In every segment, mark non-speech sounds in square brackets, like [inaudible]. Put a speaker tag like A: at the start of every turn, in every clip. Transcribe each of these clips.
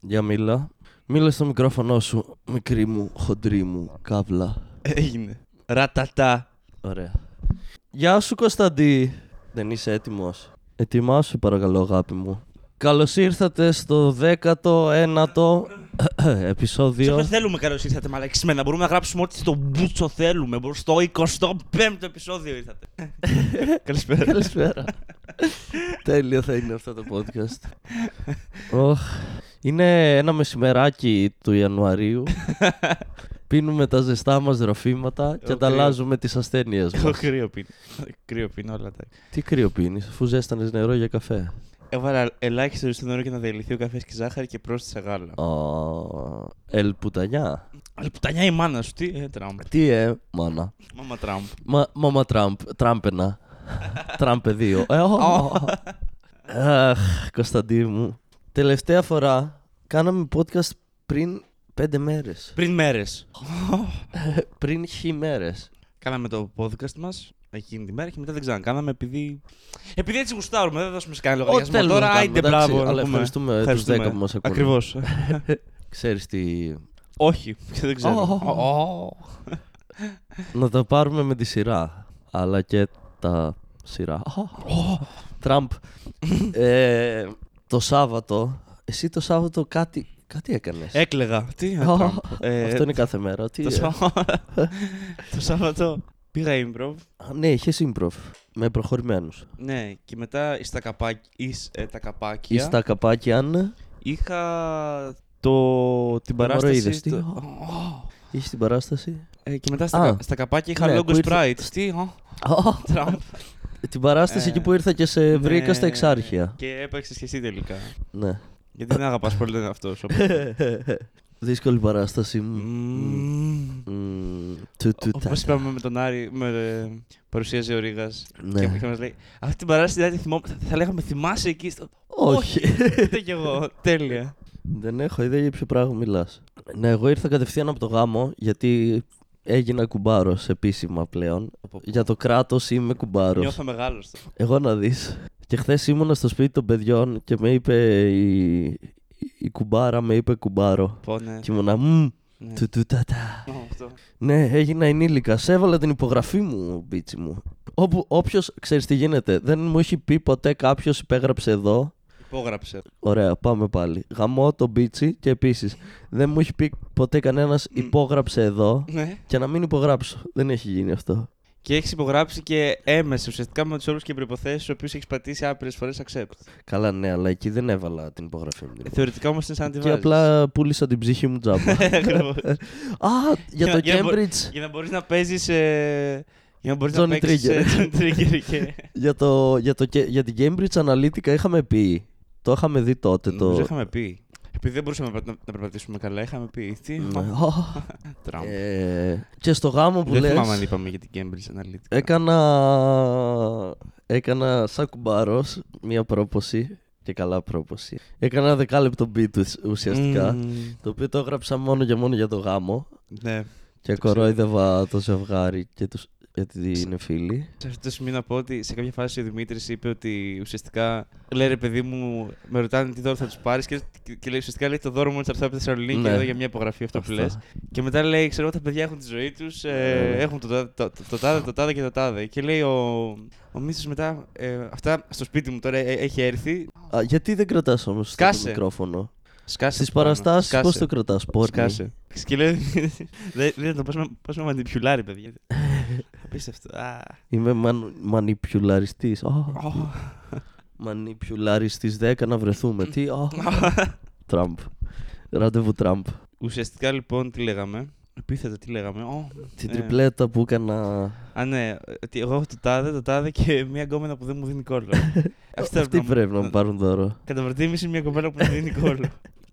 A: Για μίλα. Μίλα στο μικρόφωνο σου, μικρή μου, χοντρή μου, καύλα.
B: Έγινε. Ρατατά.
A: Ωραία. Γεια σου Κωνσταντί. Δεν είσαι έτοιμος. Ετοιμάσου παρακαλώ αγάπη μου. Καλώς ήρθατε στο 19ο
B: Σε ποιο
A: [coughs] επεισόδιο.
B: θέλουμε καλώς ήρθατε, μαλακισμένα. Μπορούμε να γράψουμε ό,τι στο μπούτσο θέλουμε. Μπορούμε Στο 25ο επεισόδιο ήρθατε. [laughs] Καλησπέρα.
A: Καλησπέρα. Τέλειο θα είναι αυτό το podcast. Οχ. Είναι ένα μεσημεράκι του Ιανουαρίου. Πίνουμε τα ζεστά μας ροφήματα και
B: Οκ.
A: ανταλλάζουμε τις ασθένειες
B: Εγώ
A: μας.
B: κρύο πίνω. Κρύο πίνω όλα τα.
A: Τι κρύο πίνεις, αφού ζέστανες νερό για καφέ.
B: Έβαλα ελάχιστο στο νερό για να διαλυθεί ο καφές και η ζάχαρη και πρόσθεσα γάλα.
A: Ω, Ελπουτανιά.
B: Αλλά πουτανιά η μάνα σου, τι. Ε, τραμπ.
A: Τι ε, μάνα.
B: Μάμα τραμπ.
A: Μα, μάμα Τραμπ, Τραμπενα. Τραμπε 2. Ε, ω. Αχ, Κωνσταντί μου. Τελευταία φορά κάναμε podcast πριν πέντε
B: [laughs]
A: μέρες.
B: Πριν μέρες.
A: Πριν χι μέρες.
B: Κάναμε το podcast μας εκείνη τη μέρα και μετά δεν ξανακάναμε επειδή. Επειδή έτσι γουστάρουμε, δεν θα δώσουμε σε κανένα
A: Ό,τι
B: λογαριασμό.
A: θέλουμε να
B: Τώρα,
A: κάνουμε,
B: άιντε,
A: εντάξει,
B: μπράβο. να
A: αλλά
B: πούμε.
A: ευχαριστούμε τους
B: Ευχαριστούμε.
A: 10 που μας ακούνε.
B: [laughs] Ακριβώς.
A: Ξέρεις τι...
B: Όχι, [laughs] δεν ξέρω.
A: Ω. Να τα πάρουμε με τη σειρά. Αλλά και τα σειρά. Τραμπ. Ε, το Σάββατο, εσύ το Σάββατο κάτι, κάτι έκανες.
B: Έκλεγα. Τι
A: Ω,
B: Τραμπ. Ε,
A: Αυτό είναι κάθε μέρα. Τι,
B: το
A: ε.
B: Σάββατο- Το Σάββατο πήγα improv.
A: Α, Ναι, είχες improv με προχωρημένους.
B: Ναι, και μετά εις τα καπάκ- εις, ε,
A: Και
B: τα καπάκια
A: στα καπάκια αν
B: είχα το, την
A: Μαροίδες,
B: παράσταση.
A: τι.
B: το-
A: είχες την παράσταση.
B: Ε, και μετά στα,
A: Α.
B: κα- στα καπάκια είχα
A: Ναι, που
B: logo
A: ήρθε-
B: sprite. Τι, ω, Τραμπ.
A: Την παράσταση
B: Ε,
A: εκεί που ήρθα και σε βρήκα
B: Ναι.
A: στα εξάρχεια.
B: Και έπαιξες και εσύ τελικά. [laughs]
A: Ναι.
B: Γιατί δεν αγαπάς πολύ τον εαυτό
A: [laughs]
B: σου.
A: Δύσκολη παράσταση μου.
B: Μμμ.
A: Μμμ, του- του-
B: Όπως
A: τα-
B: είπαμε με τον Άρη, με, ε, παρουσίαζε ο Ρίγας.
A: Ναι.
B: Και, και μα λέει: Αυτή την παράσταση δεν τη θυμόμαι. Θα, θα λέγαμε θυμάσαι εκεί. Στο...
A: Όχι.
B: [laughs] Ούτε κι
A: [laughs]
B: εγώ. Τέλεια.
A: Δεν έχω ιδέα για ποιο πράγμα μιλάς. Ναι, εγώ ήρθα κατευθείαν από το γάμο γιατί έγινα κουμπάρος επίσημα πλέον. Για το κράτος είμαι κουμπάρος.
B: Νιώθω μεγάλος.
A: Εγώ να δεις. Και χθες ήμουνα στο σπίτι των παιδιών και με είπε η, η κουμπάρα, με είπε κουμπάρο.
B: Πόνε.
A: Και ήμουνα μμ,
B: Ναι.
A: του του τα τα.
B: Ω, αυτό.
A: Ναι, έγινα ενήλικα. Σε έβαλα την υπογραφή μου, μπίτσι μου. Όπου όποιος ξέρεις τι γίνεται, δεν μου έχει πει ποτέ κάποιος υπέγραψε εδώ.
B: Υπόγραψε.
A: Ωραία, πάμε πάλι. Γαμώ το μπίτσι και επίσης δεν μου έχει πει ποτέ κανένας υπόγραψε εδώ
B: Ναι.
A: και να μην υπογράψω. Δεν έχει γίνει αυτό.
B: Και έχεις υπογράψει και έμεσα ουσιαστικά με τους όρους και προποθέσει του οποίους έχεις πατήσει άπειρες φορές accept.
A: Καλά, ναι, αλλά εκεί δεν έβαλα την υπογραφή μου.
B: Ε, Θεωρητικά όμως είναι σαν να τη
A: Και
B: βάζεις.
A: απλά πούλησα την ψυχή μου τζάμπα.
B: [laughs] Ακριβώς.
A: Α, για το
B: Για να μπο-
A: Cambridge.
B: Για να μπορείς να παίζεις. Ε... Για να μπορείς να
A: Johnny
B: παίξεις.
A: Trigger.
B: Johnny Trigger. και...
A: Για, το, για, το, Ca- για την Cambridge Analytica είχαμε πει. Το είχαμε δει τότε. [laughs]
B: Νομίζω
A: Το...
B: είχαμε πει. Επειδή δεν μπορούσαμε να, περπα- να περπατήσουμε καλά, είχαμε πει. Τι.
A: Ναι.
B: μα,
A: Αχ,
B: Τραμπ.
A: ε, και στο γάμο που
B: Δεν θυμάμαι αν
A: λες, Ε,
B: είπαμε για την Cambridge Analytica.
A: έκανα, έκανα σαν κουμπάρος μία πρόποση και καλά πρόποση. Έκανα ένα δεκάλεπτο beat ουσ- ουσιαστικά,
B: Μμμ,
A: το οποίο το έγραψα μόνο και μόνο για το γάμο
B: ναι.
A: και
B: ξέρω.
A: κορόιδευα το ζευγάρι και τους, γιατί είναι φίλοι.
B: Σε αυτό το σημείο να πω ότι σε κάποια φάση ο Δημήτρης είπε ότι ουσιαστικά. Λέει ρε παιδί μου, με ρωτάνε τι δώρο θα τους πάρεις και, και λέει ουσιαστικά λέει το δώρο μου είναι από τη Θεσσαλονίκη
A: Ναι.
B: εδώ για μια υπογραφή αυτό που
A: Αυτά.
B: λες. Και μετά λέει, ξέρω εγώ, τα παιδιά έχουν τη ζωή τους,
A: Ναι.
B: έχουν το, τάδε- το, το, το τάδε, το τάδε και το τάδε. Και λέει ο, ο Μίσος μετά, ε, αυτά στο σπίτι μου τώρα ε, έχει έρθει.
A: Α, γιατί δεν κρατάς όμως το
B: Σκάσε.
A: μικρόφωνο.
B: Σκάσε.
A: Στις
B: το πάνω,
A: παραστάσεις
B: σκάσε.
A: πώς το κρατάς, πόρνη.
B: Σκάσε. Και λέει. [laughs] Δεν δεν το πώ με, πώς με μανιπιουλάρει,
A: [laughs]
B: παιδιά. Απίστευτο. Α,
A: Είμαι μαν, μανιπιουλαριστής. Oh.
B: ω.
A: Μανιπιουλαριστής 10 να βρεθούμε. Τι, α, Τραμπ. Ραντεβού Τραμπ.
B: [laughs] Ουσιαστικά λοιπόν τι λέγαμε. Επίθετα τι λέγαμε. Ω,
A: Την
B: ε,
A: τριπλέτα που έκανα.
B: Α, ναι. Ότι εγώ έχω το τάδε, το τάδε και μια γκόμενα που δεν μου δίνει [laughs] κόλλο. Αυτή
A: Αυτοί πρέπει να μου πάρουν δώρο.
B: Κατά προτίμηση μια κοπέλα που μου δίνει
A: [laughs]
B: [laughs] κόλλο.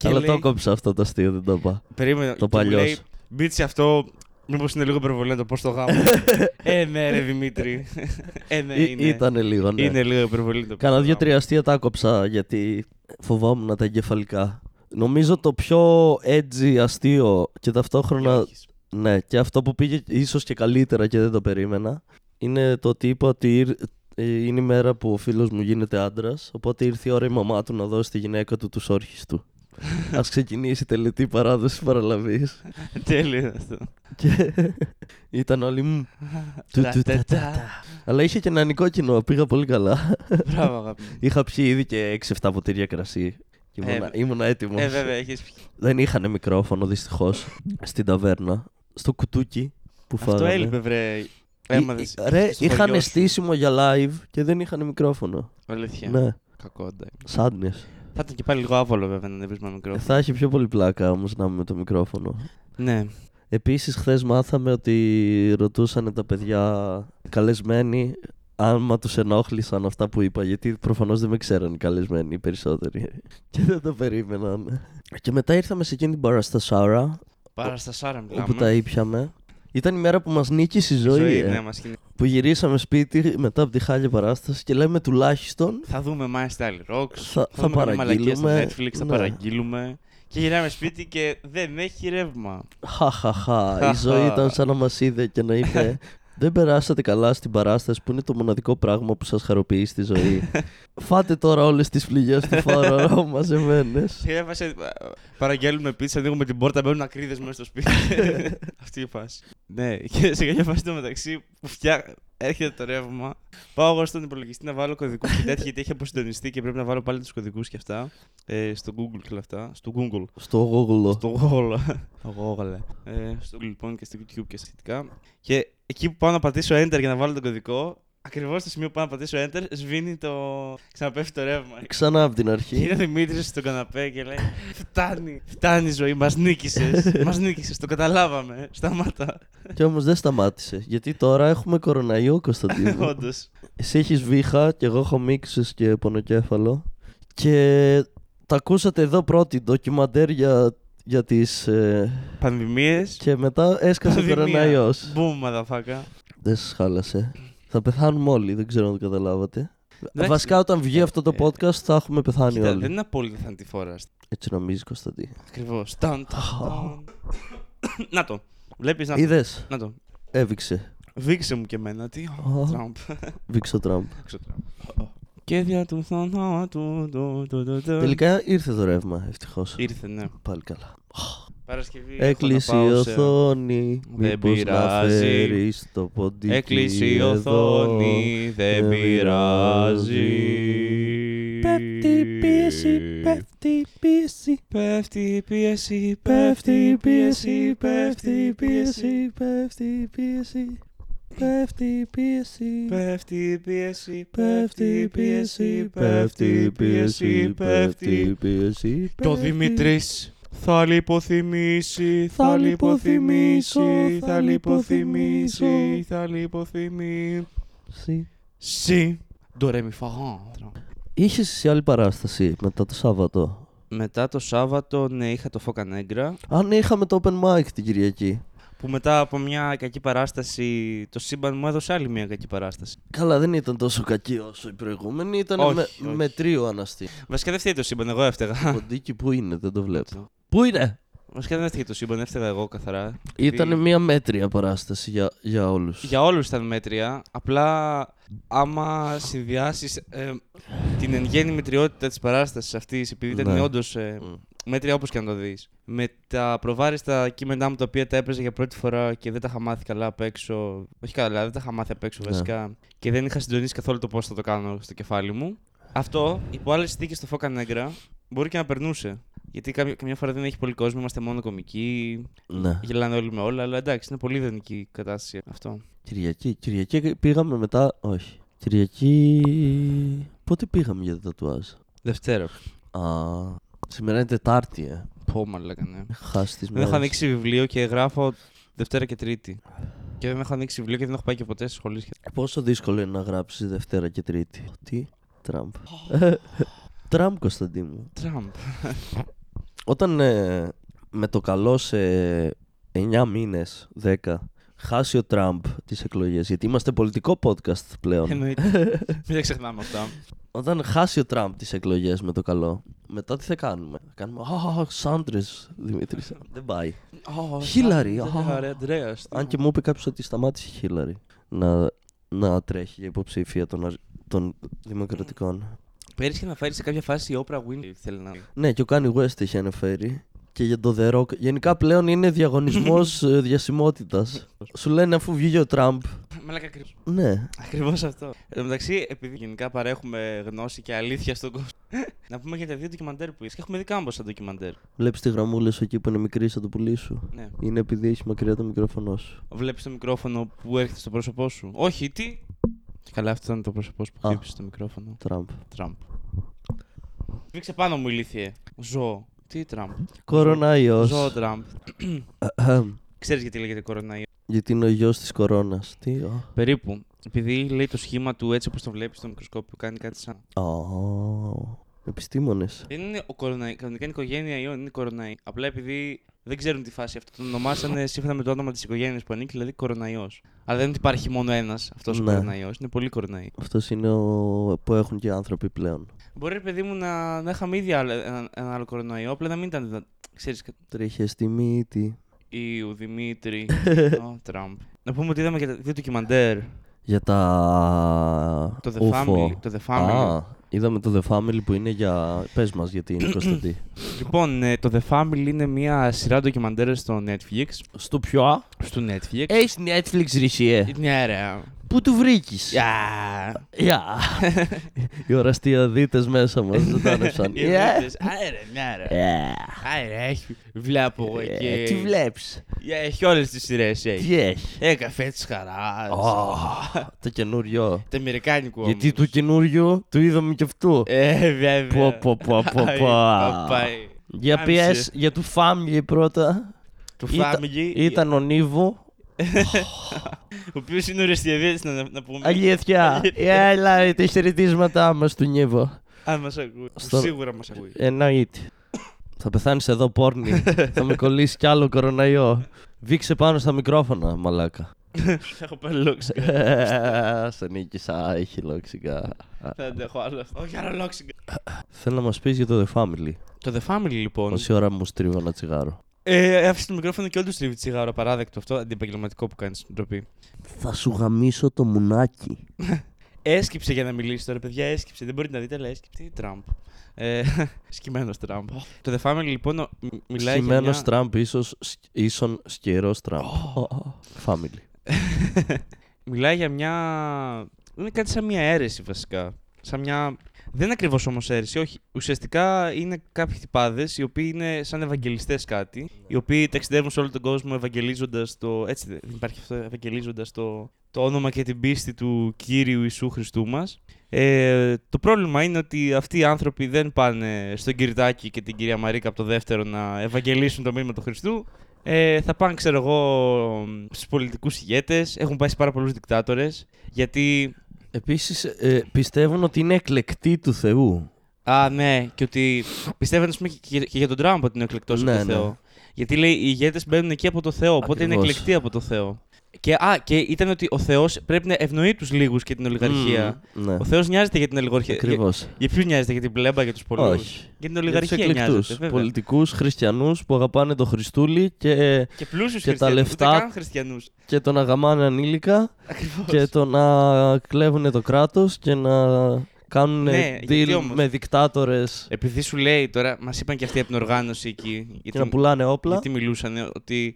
A: Αλλά
B: λέει-
A: το κόψα αυτό το αστείο, δεν το είπα.
B: Περίμενα.
A: Το
B: και μου
A: παλιό
B: λέει,
A: σου.
B: Μπίτσε αυτό. Μήπως είναι λίγο υπερβολή να το πω στο γάμο. [laughs] ε, ναι, ρε Δημήτρη. ε, ναι,
A: Ή-
B: είναι.
A: Ήτανε λίγο, ναι.
B: Είναι λίγο υπερβολή να το πω.
A: Κάνα
B: στο γάμο.
A: δύο-τρία αστεία τα κόψα γιατί φοβόμουν τα εγκεφαλικά. Νομίζω το πιο edgy αστείο και ταυτόχρονα Ναι, και αυτό που πήγε ίσως και καλύτερα και δεν το περίμενα είναι το ότι είπα ότι ήρ- ε,
B: [laughs]
A: είναι η μέρα που ο φίλος μου γίνεται άντρας οπότε ήρθε η ώρα η μαμά του να δώσει τη γυναίκα του τους όρχες του. Ας ξεκινήσει η τελετή παράδοσης παραλαβής.
B: Τέλειος αυτό.
A: και [laughs] ήταν όλοι. μμμ, του, του, τα, τα, τα. Αλλά είχε και νανικό κοινό, πήγα πολύ
B: [laughs]
A: καλά.
B: Μπράβο, αγάπη. μου.
A: Είχα πιει ήδη και 6-7 ποτήρια κρασί. Και
B: Ε,
A: Ήμουνα,
B: βε-
A: ήμουνα έτοιμος.
B: Ε, βέβαια, έχεις πιει.
A: Δεν είχαν μικρόφωνο δυστυχώς στην ταβέρνα. Στο κουτούκι που φάγαμε.
B: Αυτό έλειπε, βρε. Έμαθες
A: Ή- Ρε,
B: στο χωριό
A: είχαν
B: σου.
A: στήσιμο για live και δεν είχαν μικρόφωνο.
B: Αλήθεια.
A: Ναι,
B: Κακό, εντάξει.
A: σάντνες.
B: Θα ήταν και πάλι λίγο άβολο, βέβαια, να δεν βρεις με μικρό.
A: Ε, Θα έχει πιο πολύ πλάκα όμως να είμαι με το μικρόφωνο.
B: Ναι.
A: Επίσης χθες μάθαμε ότι ρωτούσαν τα παιδιά καλεσμένοι άμα τους ενόχλησαν αυτά που είπα γιατί προφανώς δεν με ξέραν οι καλεσμένοι οι περισσότεροι [laughs] και δεν το περίμεναν. Και μετά ήρθαμε σε εκείνη την παραστασάρα
B: Πάρα στα σάρα μιλάμε.
A: όπου τα ήπιαμε. Ήταν η μέρα που μας νίκησε η ζωή, ε.
B: ναι, μας κινεί.
A: που γυρίσαμε σπίτι μετά από τη χάλια παράσταση και λέμε τουλάχιστον
B: Θα δούμε My Style Rocks.
A: Θα- θα
B: δούμε κανένα μαλακία στο
A: παραγγείλουμε,
B: Netflix, θα
A: ναι.
B: παραγγείλουμε. Και γυρνάμε σπίτι και δεν έχει ρεύμα.
A: χαχαχα η ζωή ήταν σαν να μας είδε και να είπε
B: [laughs]
A: δεν περάσατε καλά στην παράσταση που είναι το μοναδικό πράγμα που σας χαροποιεί στη ζωή.
B: [laughs]
A: Φάτε τώρα όλες τις φλιγές του φάραω μαζεμένες.
B: Και έφασε. Παραγγέλνουμε πίτσα, ανοίγουμε την πόρτα, μπαίνουν ακρίδες μέσα στο σπίτι. Αυτή η φάση. Ναι, και σε κάποια φάση το μεταξύ που φτιά... έρχεται το ρεύμα. Πάω εγώ στον υπολογιστή να βάλω κωδικούς και τέτοια, γιατί έχει αποσυντονιστεί και πρέπει να βάλω πάλι τους κωδικούς και αυτά. Ε, στο Google και όλα αυτά. Στο Google.
A: Στο Google.
B: Στο Google. Google. Ε, στο Google λοιπόν και στο YouTube και σχετικά. Και εκεί που πάω να πατήσω Enter για να βάλω τον κωδικό, ακριβώς στο σημείο που πάω να πατήσω Enter, σβήνει το. ξαναπέφτει το ρεύμα.
A: Ξανά από την
B: Και [laughs] είναι
A: αρχή.
B: ο Δημήτρης στον καναπέ και λέει: Φτάνει, φτάνει η ζωή, μας νίκησες. μας νίκησες, το καταλάβαμε. Σταμάτα.
A: και όμως δεν σταμάτησε. Γιατί τώρα έχουμε κοροναϊό,
B: [laughs]
A: Κωνσταντίνο.
B: Όντως.
A: Εσύ έχεις βήχα και εγώ έχω μίξες και πονοκέφαλο. Και τα ακούσατε εδώ πρώτη ντοκιμαντέρ για, για τις... ε,
B: Πανδημίες.
A: και μετά έσκασε ο κοροναϊός.
B: Μπούμ, μαδαφάκα.
A: Δεν σας χάλασε. Θα πεθάνουμε όλοι, δεν ξέρω αν το καταλάβατε.
B: Εντάξει.
A: Βασικά όταν βγει αυτό το
B: ε,
A: podcast θα έχουμε πεθάνει
B: Κοίτα,
A: όλοι.
B: δεν είναι απόλυτα θανατηφόρα.
A: Έτσι νομίζεις Κωνσταντί.
B: Ακριβώ. Να το. Βλέπεις να το.
A: Είδες,
B: Να το.
A: έβηξε.
B: Δείξε μου και εμένα τι.
A: Α.
B: Τραμπ.
A: Βήξε ο Τραμπ.
B: Έξω Τραμπ. Και δια του θανάτου. του, του, του, του.
A: Τελικά ήρθε το ρεύμα, ευτυχώς.
B: Ήρθε, ναι.
A: Πάλι καλά.
B: Παρασκευή. έχω να
A: Έκλεισε η
B: ε, πάω σε-
A: οθόνη.
B: Δεν
A: Μήπως να
B: πειράζει.
A: φέρεις το ποντίκι.
B: Έκλεισε η
A: εδώ.
B: οθόνη, δεν
A: δεν
B: πειράζει.
A: Πέφτει η πίεση, πέφτει η πίεση.
B: Πέφτει η πίεση,
A: Πέφτει η πίεση, πέφτει η πίεση, πέφτει η πίεση. Πέφτει η πίεση.
B: Πέφτει η πίεση,
A: Πέφτει η πίεση, πέφτει η πίεση, πέφτει η πίεση.
B: Το
A: πέφτει.
B: Δημητρής θα λιποθυμήσει,
A: Θα
B: θα λιποθυμήσει,
A: λιποθυμήσω, θα
B: θα λιποθυμήσει,
A: λιποθυμήσω.
B: θα λιποθυμήσει.
A: Συ.
B: Συ. Ντορέμι φαγά.
A: Είχε σε άλλη παράσταση μετά το Σάββατο.
B: Μετά το Σάββατο, ναι, είχα το Φώκα Νέγκρα.
A: Αν είχαμε το open mic την Κυριακή.
B: Που μετά από μια κακή παράσταση, το σύμπαν μου έδωσε άλλη μια κακή παράσταση.
A: Καλά, δεν ήταν τόσο κακή όσο η προηγούμενη. Ήταν
B: Όχι,
A: με,
B: όχι.
A: με τρίο αναστή.
B: Βασικά δεν φταίει το σύμπαν, εγώ
A: [laughs]
B: έφταιγα.
A: Ποντίκι, πού είναι, δεν το βλέπω. Πού είναι!
B: Βασικά δεν έφταιγε το σύμπαν, έφταιγα εγώ καθαρά.
A: Ήταν μια μέτρια παράσταση για, για όλους.
B: Για όλους ήταν μέτρια. Απλά άμα συνδυάσεις την εν γέννη μετριότητα της παράστασης αυτής, επειδή ήταν
A: Ναι.
B: όντως μέτρια όπως και αν το δεις, με τα προβάριστα κείμενά μου τα οποία τα έπαιζα για πρώτη φορά και δεν τα είχα μάθει καλά απ' έξω. Όχι καλά, δεν τα είχα μάθει απ' έξω
A: Ναι.
B: βασικά. Και δεν είχα συντονίσει καθόλου το πώς θα το κάνω στο κεφάλι μου. Αυτό υπό άλλες συνθήκες στο Φώκα Νέγκρα μπορεί και να περνούσε. Γιατί καμιά, καμιά φορά δεν έχει πολύ κόσμο, είμαστε μόνο κομικοί,
A: Ναι.
B: γελάνε όλοι με όλα, αλλά εντάξει, είναι πολύ ιδανική η κατάσταση αυτό.
A: Κυριακή. Κυριακή πήγαμε μετά. Όχι. Κυριακή. Πότε πήγαμε για τα τατουάζ.
B: Δευτέρα.
A: Α, σήμερα είναι Τετάρτη, ε.
B: Πω μαλάκα, ναι.
A: Χάσει τις
B: Δεν
A: μέρες.
B: έχω ανοίξει βιβλίο και γράφω Δευτέρα και Τρίτη. Και δεν έχω ανοίξει βιβλίο και δεν έχω πάει και ποτέ στι σχολέ.
A: Πόσο δύσκολο είναι να γράψεις Δευτέρα και Τρίτη. Τι,
B: [laughs]
A: Τραμπ. Τραμπ, Κωνσταντί μου.
B: Τραμπ.
A: Όταν ε, με το καλό σε 9 μήνε, 10, χάσει ο Τραμπ τις εκλογές, γιατί είμαστε πολιτικό podcast πλέον.
B: Εννοείται. Μην τα ξεχνάμε αυτά.
A: Όταν χάσει ο Τραμπ τις εκλογές με το καλό, μετά τι θα κάνουμε. Θα κάνουμε. Α, Σάντρες, Δημήτρης. Δεν πάει. Χίλαρη, α.
B: Ωραία, Αντρέας.
A: Αν και μου είπε κάποιος ότι σταμάτησε η Χίλαρη να, να τρέχει για υποψήφια των, αρ- των Δημοκρατικών.
B: Πέρυσι είχε να φέρει σε κάποια φάση η Oprah Winfrey. Θέλει να.
A: Ναι, και ο Kanye West έχει αναφέρει. Και για το The Rock. Γενικά πλέον είναι διαγωνισμός διασημότητας. Σου λένε αφού βγήκε ο Τραμπ.
B: Μαλάκα ακριβώς.
A: Ναι.
B: Ακριβώς αυτό. Εν τω μεταξύ, επειδή γενικά παρέχουμε γνώση και αλήθεια στον κόσμο, [laughs] να πούμε για τα δύο ντοκιμαντέρ που είσαι. Και έχουμε δει κάμπο σαν ντοκιμαντέρ.
A: Βλέπεις τη γραμμούλα σου εκεί που είναι μικρή σαν το πουλί σου.
B: Ναι.
A: Είναι επειδή έχεις μακριά το μικρόφωνο σου.
B: Βλέπεις το μικρόφωνο που έρχεται στο πρόσωπό σου. Όχι, τι. Και καλά, αυτό ήταν το πρόσωπό σου που
A: Α.
B: χτύπησε στο μικρόφωνο.
A: Τραμπ.
B: Τραμπ. Βήξε πάνω μου, ηλίθιε. Ζω. Τι Τραμπ.
A: Κοροναϊός. [clears throat]
B: Ζω Τραμπ. Ξέρεις γιατί λέγεται κοροναϊός.
A: Γιατί είναι ο γιος της κορώνας. Τι. α.
B: Περίπου. Επειδή λέει το σχήμα του έτσι όπως το βλέπεις στο μικροσκόπιο, κάνει κάτι σαν.
A: Ω, Επιστήμονες.
B: Δεν είναι ο κοροναϊ. Κανονικά είναι οικογένεια ιών, είναι κοροναϊ. Απλά επειδή δεν ξέρουν τη φάση αυτό. Τον ονομάσανε σύμφωνα με το όνομα της οικογένειας που ανήκει, δηλαδή κοροναϊός. Αλλά δεν είναι ότι υπάρχει μόνο ένας αυτός ο
A: Ναι.
B: κοροναϊός. Είναι πολλοί κοροναϊ.
A: Αυτός είναι ο που έχουν και οι άνθρωποι πλέον.
B: Μπορεί, ρε παιδί μου, να, να είχαμε ήδη άλλο- ένα, ένα άλλο κοροναϊό, απλά να μην ήταν. Ξέρει,
A: Τρίχε στη μύτη.
B: Ιου, Δημήτρη. ο, Τραμπ. Να πούμε ότι είδαμε και τα δύο ντοκιμαντέρ.
A: [laughs] Για τα.
B: Το The
A: UFO.
B: Family. Το The Family.
A: Α, είδαμε το The Family που είναι για. Πες μας γιατί είναι Κωνσταντή.
B: Λοιπόν, ε, το The Family είναι μια σειρά ντοκιμαντέρ στο Netflix.
A: [clears throat] Στο ποιο.
B: Στο Netflix.
A: Έχεις Netflix ρησιέ.
B: Ναι, ρε.
A: Πού του βρήκες.
B: Γεια.
A: [laughs] Γεια. Οι οραστιαδίτες μέσα μας
B: [laughs]
A: ζωντάνευσαν.
B: Οι Ελίτες. Άερε, ναι, Ε, ρε. Άερε, έχει. Βλέπω εγώ εκεί.
A: Ε. Τι βλέπεις.
B: Ε, Έχει όλες τις σειρές.
A: Τι έχει.
B: Ε, καφέ της χαράς. [laughs]
A: Ω, Το καινούριο.
B: Το αμερικάνικο.
A: Γιατί
B: όμως.
A: του καινούριου του είδαμε και αυτού.
B: Ε, βέβαια.
A: Πω, πω, πω, πω,
B: Αϊ,
A: πω.
B: παπάι.
A: Για
B: Άμψε.
A: πιες, για του family πρώτα.
B: Το
A: Ήταν-
B: Family.
A: Ήταν ο Νίβο.
B: Ο οποίος είναι οριστιαδίτης, να, να πούμε.
A: Αλήθεια. Ε, Έλα, τα χαιρετίσματά μας του Νίβο.
B: Αν μας ακούει.
A: Στο-
B: Σίγουρα μας ακούει.
A: Εννοείται. Θα πεθάνεις εδώ, πόρνη. Θα με κολλήσει κι άλλο κοροναϊό. Βήξε πάνω στα μικρόφωνα, μαλάκα.
B: Έχω παραλόξει.
A: Σε νίκησα, έχει λόξικα.
B: Δεν αντέχω άλλο. Όχι, αραλόξει.
A: Θέλω να μας πεις για το The Family.
B: Το The Family, λοιπόν.
A: Πόση ώρα μου στρίβω ένα τσιγάρο.
B: Ε, άφησε το μικρόφωνο και όντω τρίβει τσιγάρο. Παράδεκτο αυτό. Αντιεπαγγελματικό που κάνεις στην ντροπή.
A: Θα σου γαμίσω το μουνάκι.
B: Έσκυψε για να μιλήσεις τώρα, παιδιά. Έσκυψε. Δεν μπορείτε να δείτε, αλλά έσκυψε. Τι Τραμπ. Ε, [laughs] Σκημένος Τραμπ. Το The Family, λοιπόν, ο- μι- μιλάει. για
A: Σημαίνος
B: μια-
A: Τραμπ, ίσως, σκ- ίσον σκερός Τραμπ. Family.
B: Μιλάει για μια. Είναι κάτι σαν μια αίρεση βασικά. Σαν μια. Δεν είναι ακριβώς όμως αίρεση, όχι. Ουσιαστικά είναι κάποιοι χτυπάδες οι οποίοι είναι σαν ευαγγελιστές κάτι. Οι οποίοι ταξιδεύουν σε όλο τον κόσμο ευαγγελίζοντας το. Έτσι δεν δεν υπάρχει αυτό, ευαγγελίζοντας το... το όνομα και την πίστη του κύριου Ιησού Χριστού μας. Ε, το πρόβλημα είναι ότι αυτοί οι άνθρωποι δεν πάνε στον Κυριτάκη και την κυρία Μαρίκα από το δεύτερο να ευαγγελίσουν το μήνυμα του Χριστού. Ε, θα πάνε, ξέρω εγώ, στους πολιτικούς ηγέτες. Έχουν πάει σε πάρα πολλούς δικτάτορες. Γιατί.
A: Επίσης ε, πιστεύουν ότι είναι εκλεκτοί του Θεού.
B: Α, ναι, και ότι πιστεύουν ας πούμε, και, και για τον Τραμπ ότι είναι εκλεκτό
A: Ναι,
B: από το
A: ναι.
B: Θεό. Γιατί λέει οι ηγέτες μπαίνουν εκεί από το Θεό, οπότε είναι
A: Ακριβώς.
B: εκλεκτοί από το Θεό. Και, α, και ήταν ότι ο Θεός πρέπει να ευνοεί τους λίγους και την ολιγαρχία.
A: Μμμ, ναι.
B: Ο Θεός νοιάζεται για την ολιγαρχία. Για,
A: Ακριβώς.
B: για ποιους νοιάζεται, για την πλέμπα, για τους πολλού.
A: Όχι.
B: Για την
A: Για τους
B: ολιγαρχία νοιάζεται.
A: εκλεκτούς.
B: Βέβαια.
A: Πολιτικούς, χριστιανούς που αγαπάνε τον Χριστούλη και,
B: Και πλούσιους
A: και τα
B: χριστιανούς.
A: λεφτά.
B: Ούτε καν χριστιανούς.
A: [laughs] και το να γαμάνε ανήλικα και το να κλέβουν το κράτος και να κάνουν
B: Ναι, γιατί
A: deal
B: όμως. Ε,
A: με δικτάτορες
B: Επειδή σου λέει τώρα, μας είπαν και αυτοί από την οργάνωση εκεί. Γιατί,
A: και να πουλάνε όπλα,
B: γιατί μιλούσαν ότι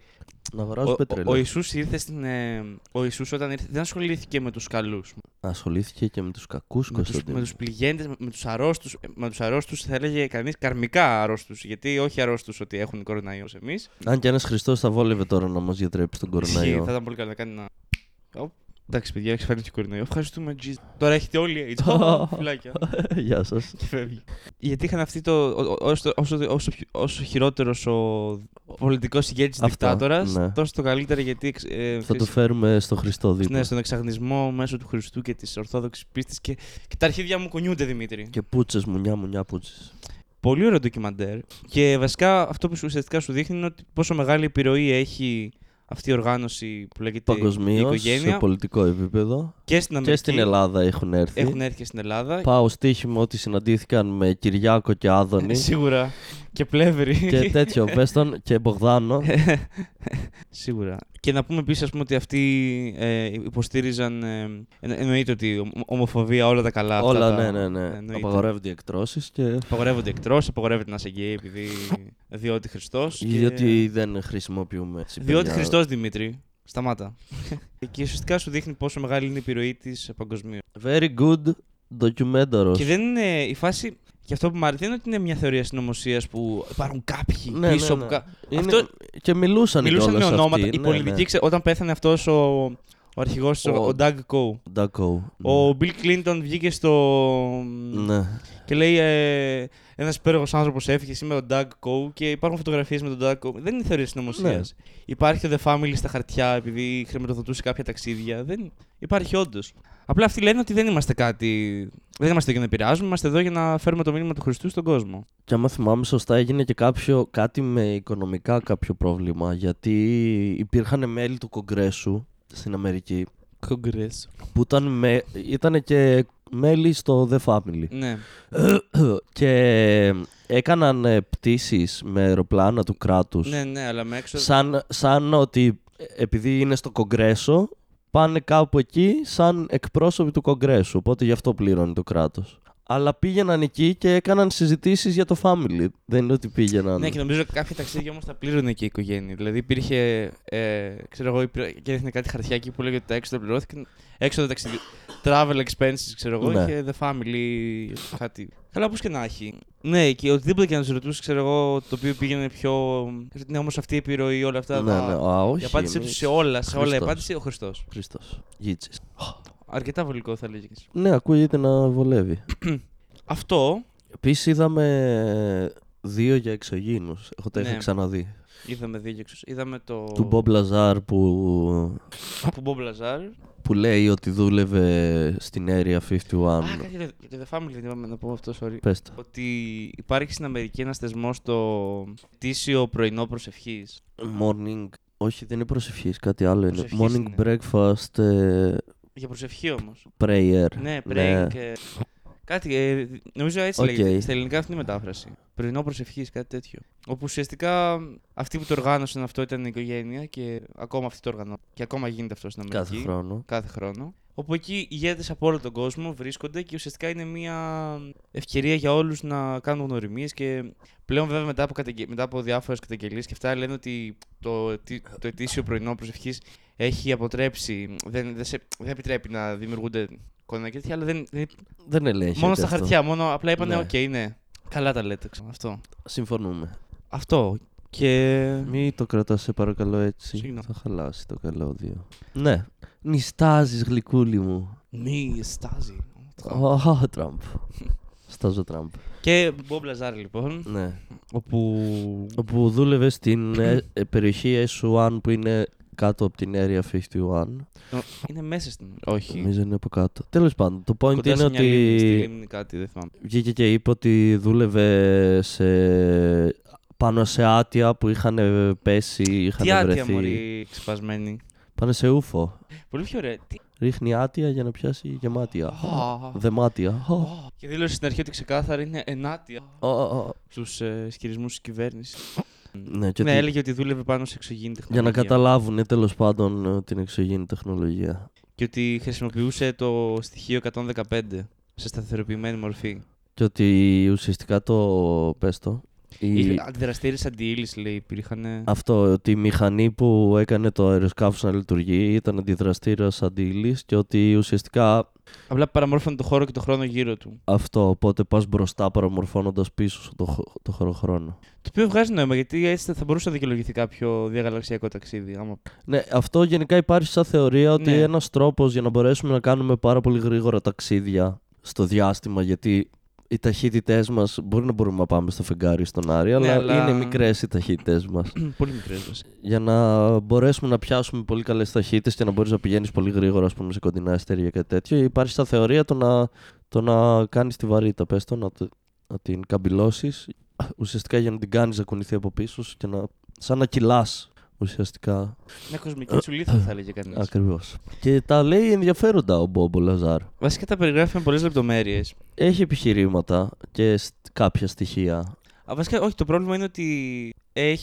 A: να
B: ο,
A: αγοράζουν
B: ο, ο
A: πετρέλαιο.
B: Ιησούς ήρθε στην. ε, ο Ιησούς όταν ήρθε δεν ασχολήθηκε με τους καλούς,
A: Ασχολήθηκε και με τους κακούς,
B: με τους,
A: Κωνσταντίνο.
B: με τους πληγέντες, με, με τους αρρώστους, ε, με τους αρρώστους θα έλεγε κανείς καρμικά αρρώστους, γιατί όχι αρρώστους ότι έχουν κοροναϊό σε εμείς.
A: Αν και ένας Χριστός θα βόλευε τώρα να μας διατρέψει τον
B: Ισχύει, θα
A: κοροναϊό.
B: ήταν πολύ καλό να κάνει ένα... Οπ. Εντάξει παιδιά, έχει φανεί και κοροναϊό. Ευχαριστούμε, Jesus. Τώρα έχετε όλοι AIDS.
A: [laughs]
B: Φυλάκια.
A: [laughs] Γεια σας.
B: και φεύγει. Γιατί είχαν αυτή το. ο- ο- Όσο, όσο, όσο, πιο- όσο χειρότερος ο πολιτικός ηγέτης
A: Αυτό,
B: δικτάτορας,
A: ναι.
B: τόσο το καλύτερο γιατί. εξ- Ε,
A: Θα το
B: ξέρεις,
A: φέρουμε στο Χριστό δίπλα.
B: ναι, στον εξαγνισμό μέσω του Χριστού και της Ορθόδοξης πίστης. Και, και τα αρχίδια μου κονιούνται, Δημήτρη.
A: Και πούτσες, μουνιά, μουνιά, πούτσες.
B: Πολύ ωραίο ντοκιμαντέρ. Και βασικά αυτό που σου- ουσιαστικά σου δείχνει είναι ότι πόσο μεγάλη επιρροή έχει αυτή η οργάνωση που λέγεται η
A: Παγκοσμίως, σε
B: οικογένεια.
A: πολιτικό επίπεδο.
B: Και στην
A: Και
B: Αμερική.
A: στην Ελλάδα έχουν έρθει.
B: Έχουν έρθει και στην Ελλάδα.
A: Πάω στοίχημα ότι συναντήθηκαν με Κυριάκο και Άδωνη.
B: Σίγουρα. Ε, Και πλεύρη. Ε,
A: και τέτοιο, πες τον, και Μπογδάνο.
B: [laughs] Σίγουρα. Και να πούμε επίσης ότι αυτοί ε, υποστήριζαν. Ε, εν- εννοείται ότι ομο- ομοφοβία, όλα τα καλά. αυτά
A: Όλα,
B: τα-
A: ναι, ναι, ναι.
B: εννοείται.
A: Απαγορεύονται οι εκτρώσεις και.
B: Απαγορεύονται εκτρό, απαγορεύεται να είσαι γκέι επειδή. διότι Χριστός.
A: Διότι δεν χρησιμοποιούμε. στην
B: Διότι
A: παιδιά-
B: Χριστός Δημήτρη. Σταμάτα. [laughs] και ουσιαστικά σου δείχνει πόσο μεγάλη είναι η επιρροή της παγκοσμίως.
A: Very good documentary.
B: Και δεν είναι η φάση. Και αυτό που μου αρέσει δεν είναι ότι είναι μια θεωρία συνωμοσίας που υπάρχουν κάποιοι
A: Ναι, ναι,
B: πίσω
A: ναι.
B: που. κα-
A: Είναι- Και μιλούσαν
B: Μιλούσαν με
A: κιόλας
B: ονόματα.
A: αυτοί.
B: Η
A: Ναι,
B: πολιτική,
A: ναι.
B: ξε- όταν πέθανε αυτός ο, ο αρχηγός, ο,
A: Ο-
B: ο Doug Coe.
A: Ντακόου, ναι.
B: Ο Bill Clinton βγήκε στο.
A: Ναι.
B: και λέει ε, ένας υπέροχος άνθρωπος έφυγε σήμερα, ο Doug Coe, και υπάρχουν φωτογραφίες με τον Doug Coe. Δεν είναι θεωρία συνωμοσίας.
A: Ναι.
B: Υπάρχει το The Family στα χαρτιά επειδή χρηματοδοτούσε κάποια ταξίδια. Δεν... Υπάρχει όντως. Απλά αυτοί λένε ότι δεν είμαστε κάτι. Δεν είμαστε για να επηρεάζουμε, είμαστε εδώ για να φέρουμε το μήνυμα του Χριστού στον κόσμο.
A: Και άμα θυμάμαι σωστά, έγινε και κάποιο, κάτι με οικονομικά κάποιο πρόβλημα. Γιατί υπήρχαν μέλη του Κογκρέσου στην Αμερική
B: Κογκρέσο.
A: που ήταν, με, ήταν και μέλη στο The Family. [clears throat]
B: Ναι.
A: και έκαναν ε, πτήσεις με αεροπλάνα του κράτους.
B: ναι, ναι, αλλά με έξω.
A: Σαν, σαν ότι ε, επειδή είναι στο Κογκρέσο, πάνε κάπου εκεί σαν εκπρόσωποι του Κογκρέσου. Οπότε γι' αυτό πληρώνει το κράτος. Αλλά πήγαιναν εκεί και έκαναν συζητήσεις για το family. Δεν είναι ότι πήγαιναν.
B: Ναι, και νομίζω κάποια ταξίδια όμως τα πλήρωνε και η οικογένεια. Δηλαδή υπήρχε. Ε, ξέρω εγώ, υπήρχε- και έδειχνε κάτι χαρτιάκι που λέγεται ότι τα έξοδα πληρώθηκαν. Έξοδα ταξιδι... travel expenses, ξέρω εγώ.
A: Ναι.
B: Είχε the family, κάτι. Καλά, πώς και να έχει. Ναι, και οτιδήποτε και να τους ρωτούσε, ξέρω εγώ, το οποίο πήγαινε πιο. Ναι, όμως αυτή η επιρροή, όλα αυτά.
A: ναι,
B: τα-
A: ναι. Α, όχι.
B: Η απάντησή τους
A: εμείς-
B: σε όλα, σε όλα η
A: Χριστός.
B: απάντηση ο Χριστός.
A: Χριστός. Γίτσης.
B: Αρκετά βολικό θα λέγεις.
A: Ναι, ακούγεται να βολεύει.
B: Αυτό
A: Επίσης είδαμε δύο για εξωγήινους. Εγώ τα είχα
B: Ναι.
A: ξαναδεί.
B: είδαμε δύο και εξω- Είδαμε το.
A: Του Μπομπ Λαζάρ που,
B: Του Μπομπ Λαζάρ.
A: που λέει ότι δούλευε στην Area 51.
B: Α, κάτι για το- για το The Family δεν είπαμε να πούμε αυτό, sorry.
A: Πες το.
B: ότι υπάρχει στην Αμερική ένας θεσμός στο τήσιο πρωινό προσευχής.
A: Morning. Όχι, δεν είναι προσευχής, κάτι άλλο είναι.
B: Προσευχής ναι.
A: Morning
B: είναι.
A: breakfast ε,
B: Για προσευχή όμως.
A: prayer.
B: Ναι, praying. ε, Κάτι. ε, νομίζω έτσι
A: Οκ.
B: λέγεται. Στα ελληνικά αυτή είναι η μετάφραση. Πρωινό προσευχής, κάτι τέτοιο. Όπου ουσιαστικά αυτοί που το οργάνωσαν αυτό ήταν η οικογένεια και ακόμα αυτοί το οργανώνουν. Και ακόμα γίνεται αυτό στην Αμερική.
A: Κάθε χρόνο.
B: κάθε χρόνο. Όπου εκεί οι ηγέτες από όλο τον κόσμο βρίσκονται και ουσιαστικά είναι μια ευκαιρία για όλους να κάνουν γνωριμίες και πλέον βέβαια μετά από, καταγγε... μετά από διάφορες καταγγελίες και αυτά λένε ότι το, ετή- το ετήσιο πρωινό προσευχής έχει αποτρέψει, δεν, δεν, σε... δεν επιτρέπει να δημιουργούνται κόντρα και τέτοια, αλλά δεν, δεν...
A: Δεν ελέγχεται.
B: μόνο στα
A: αυτό.
B: χαρτιά, μόνο απλά είπανε
A: Ναι.
B: οκ, ναι, καλά τα λέτε, ξέρω, αυτό.
A: Συμφωνούμε.
B: Αυτό και...
A: Μη το κρατάς σε παρακαλώ έτσι.
B: Ναι. Συγγνώμη.
A: Θα χαλάσει το καλώδιο. Ναι. Νιστάζεις γλυκούλη μου.
B: Μη στάζει.
A: Αχ,
B: [laughs]
A: Τραμπ. Στάζω Τραμπ.
B: Και Μπομπ Λαζάρ λοιπόν,
A: Ναι.
B: όπου
A: Όπου δούλευε στην ε, ε, περιοχή S1 που είναι κάτω από την Area 51.
B: Νο- Ε, Είναι μέσα στην. Όχι.
A: Νομίζω είναι από κάτω. Τέλος πάντων, το point
B: Κοντά
A: είναι
B: σε μια λίμνη, στη
A: ότι
B: λίμνη κάτι, δεν θυμάμαι.
A: βγήκε και είπε ότι δούλευε σε... πάνω σε άτια που είχαν ε, πέσει, είχαν
B: Τι άτια
A: βρεθεί.
B: μωρή ξεπασμένη.
A: Πάνω σε ούφο.
B: Πολύ πιο ωραία. Τι...
A: Ρίχνει άτια για να πιάσει γεμάτια. Δεμάτια.
B: Και δήλωσε στην αρχή ότι ξεκάθαρα είναι ενάτια
A: Α, α, α.
B: στους ε, ισχυρισμούς της κυβέρνησης.
A: Ναι, και
B: Ναι,
A: ότι-
B: έλεγε ότι δούλευε πάνω σε εξωγήινη
A: για
B: τεχνολογία.
A: να καταλάβουν τέλος πάντων ε, την εξωγήινη τεχνολογία.
B: Και ότι χρησιμοποιούσε το στοιχείο 115 σε σταθεροποιημένη μορφή.
A: Και ότι ουσιαστικά το. Πες το. η-
B: Οι... Αντιδραστήρε αντιήλυση, λέει, υπήρχαν.
A: Αυτό, ότι η μηχανή που έκανε το αεροσκάφος να λειτουργεί ήταν αντιδραστήρας αντίλης και ότι ουσιαστικά
B: Απλά παραμόρφωνε το χώρο και το χρόνο γύρω του.
A: αυτό, οπότε πας μπροστά παραμορφώνοντας πίσω σου το, χο- το χωροχρόνο.
B: Το οποίο βγάζει νόημα γιατί έτσι θα μπορούσε να δικαιολογηθεί κάποιο διαγαλαξιακό ταξίδι. Άμα... [clears throat]
A: Ναι, αυτό γενικά υπάρχει σαν θεωρία ότι
B: Ναι.
A: ένας τρόπος για να μπορέσουμε να κάνουμε πάρα πολύ γρήγορα ταξίδια στο διάστημα γιατί οι ταχύτητές μας μπορεί να μπορούμε να πάμε στο φεγγάρι ή στον Άρη, αλλά,
B: Ναι, αλλά-
A: είναι μικρές οι ταχύτητές μας.
B: Πολύ μικρές μα.
A: για να μπορέσουμε να πιάσουμε πολύ καλές ταχύτητες και να μπορείς να πηγαίνεις πολύ γρήγορα ας πούμε, σε κοντινά αστέρια και τέτοιο. Υπάρχει στα θεωρία το να, το να κάνεις τη βαρύτητα, πες το, να, το- να την καμπυλώσεις. Ουσιαστικά για να την κάνεις να κουνηθεί από πίσω σου και να. σαν να κυλάς. Ουσιαστικά.
B: Μια Ναι, κοσμική τσουλήθρα θα έλεγε κανείς.
A: Ακριβώς. Και τα λέει ενδιαφέροντα ο Μπόμπο Λαζάρ.
B: Βασικά τα περιγράφει με πολλές λεπτομέρειες.
A: Έχει επιχειρήματα και σ- κάποια στοιχεία.
B: Α, βασικά, όχι, το πρόβλημα είναι ότι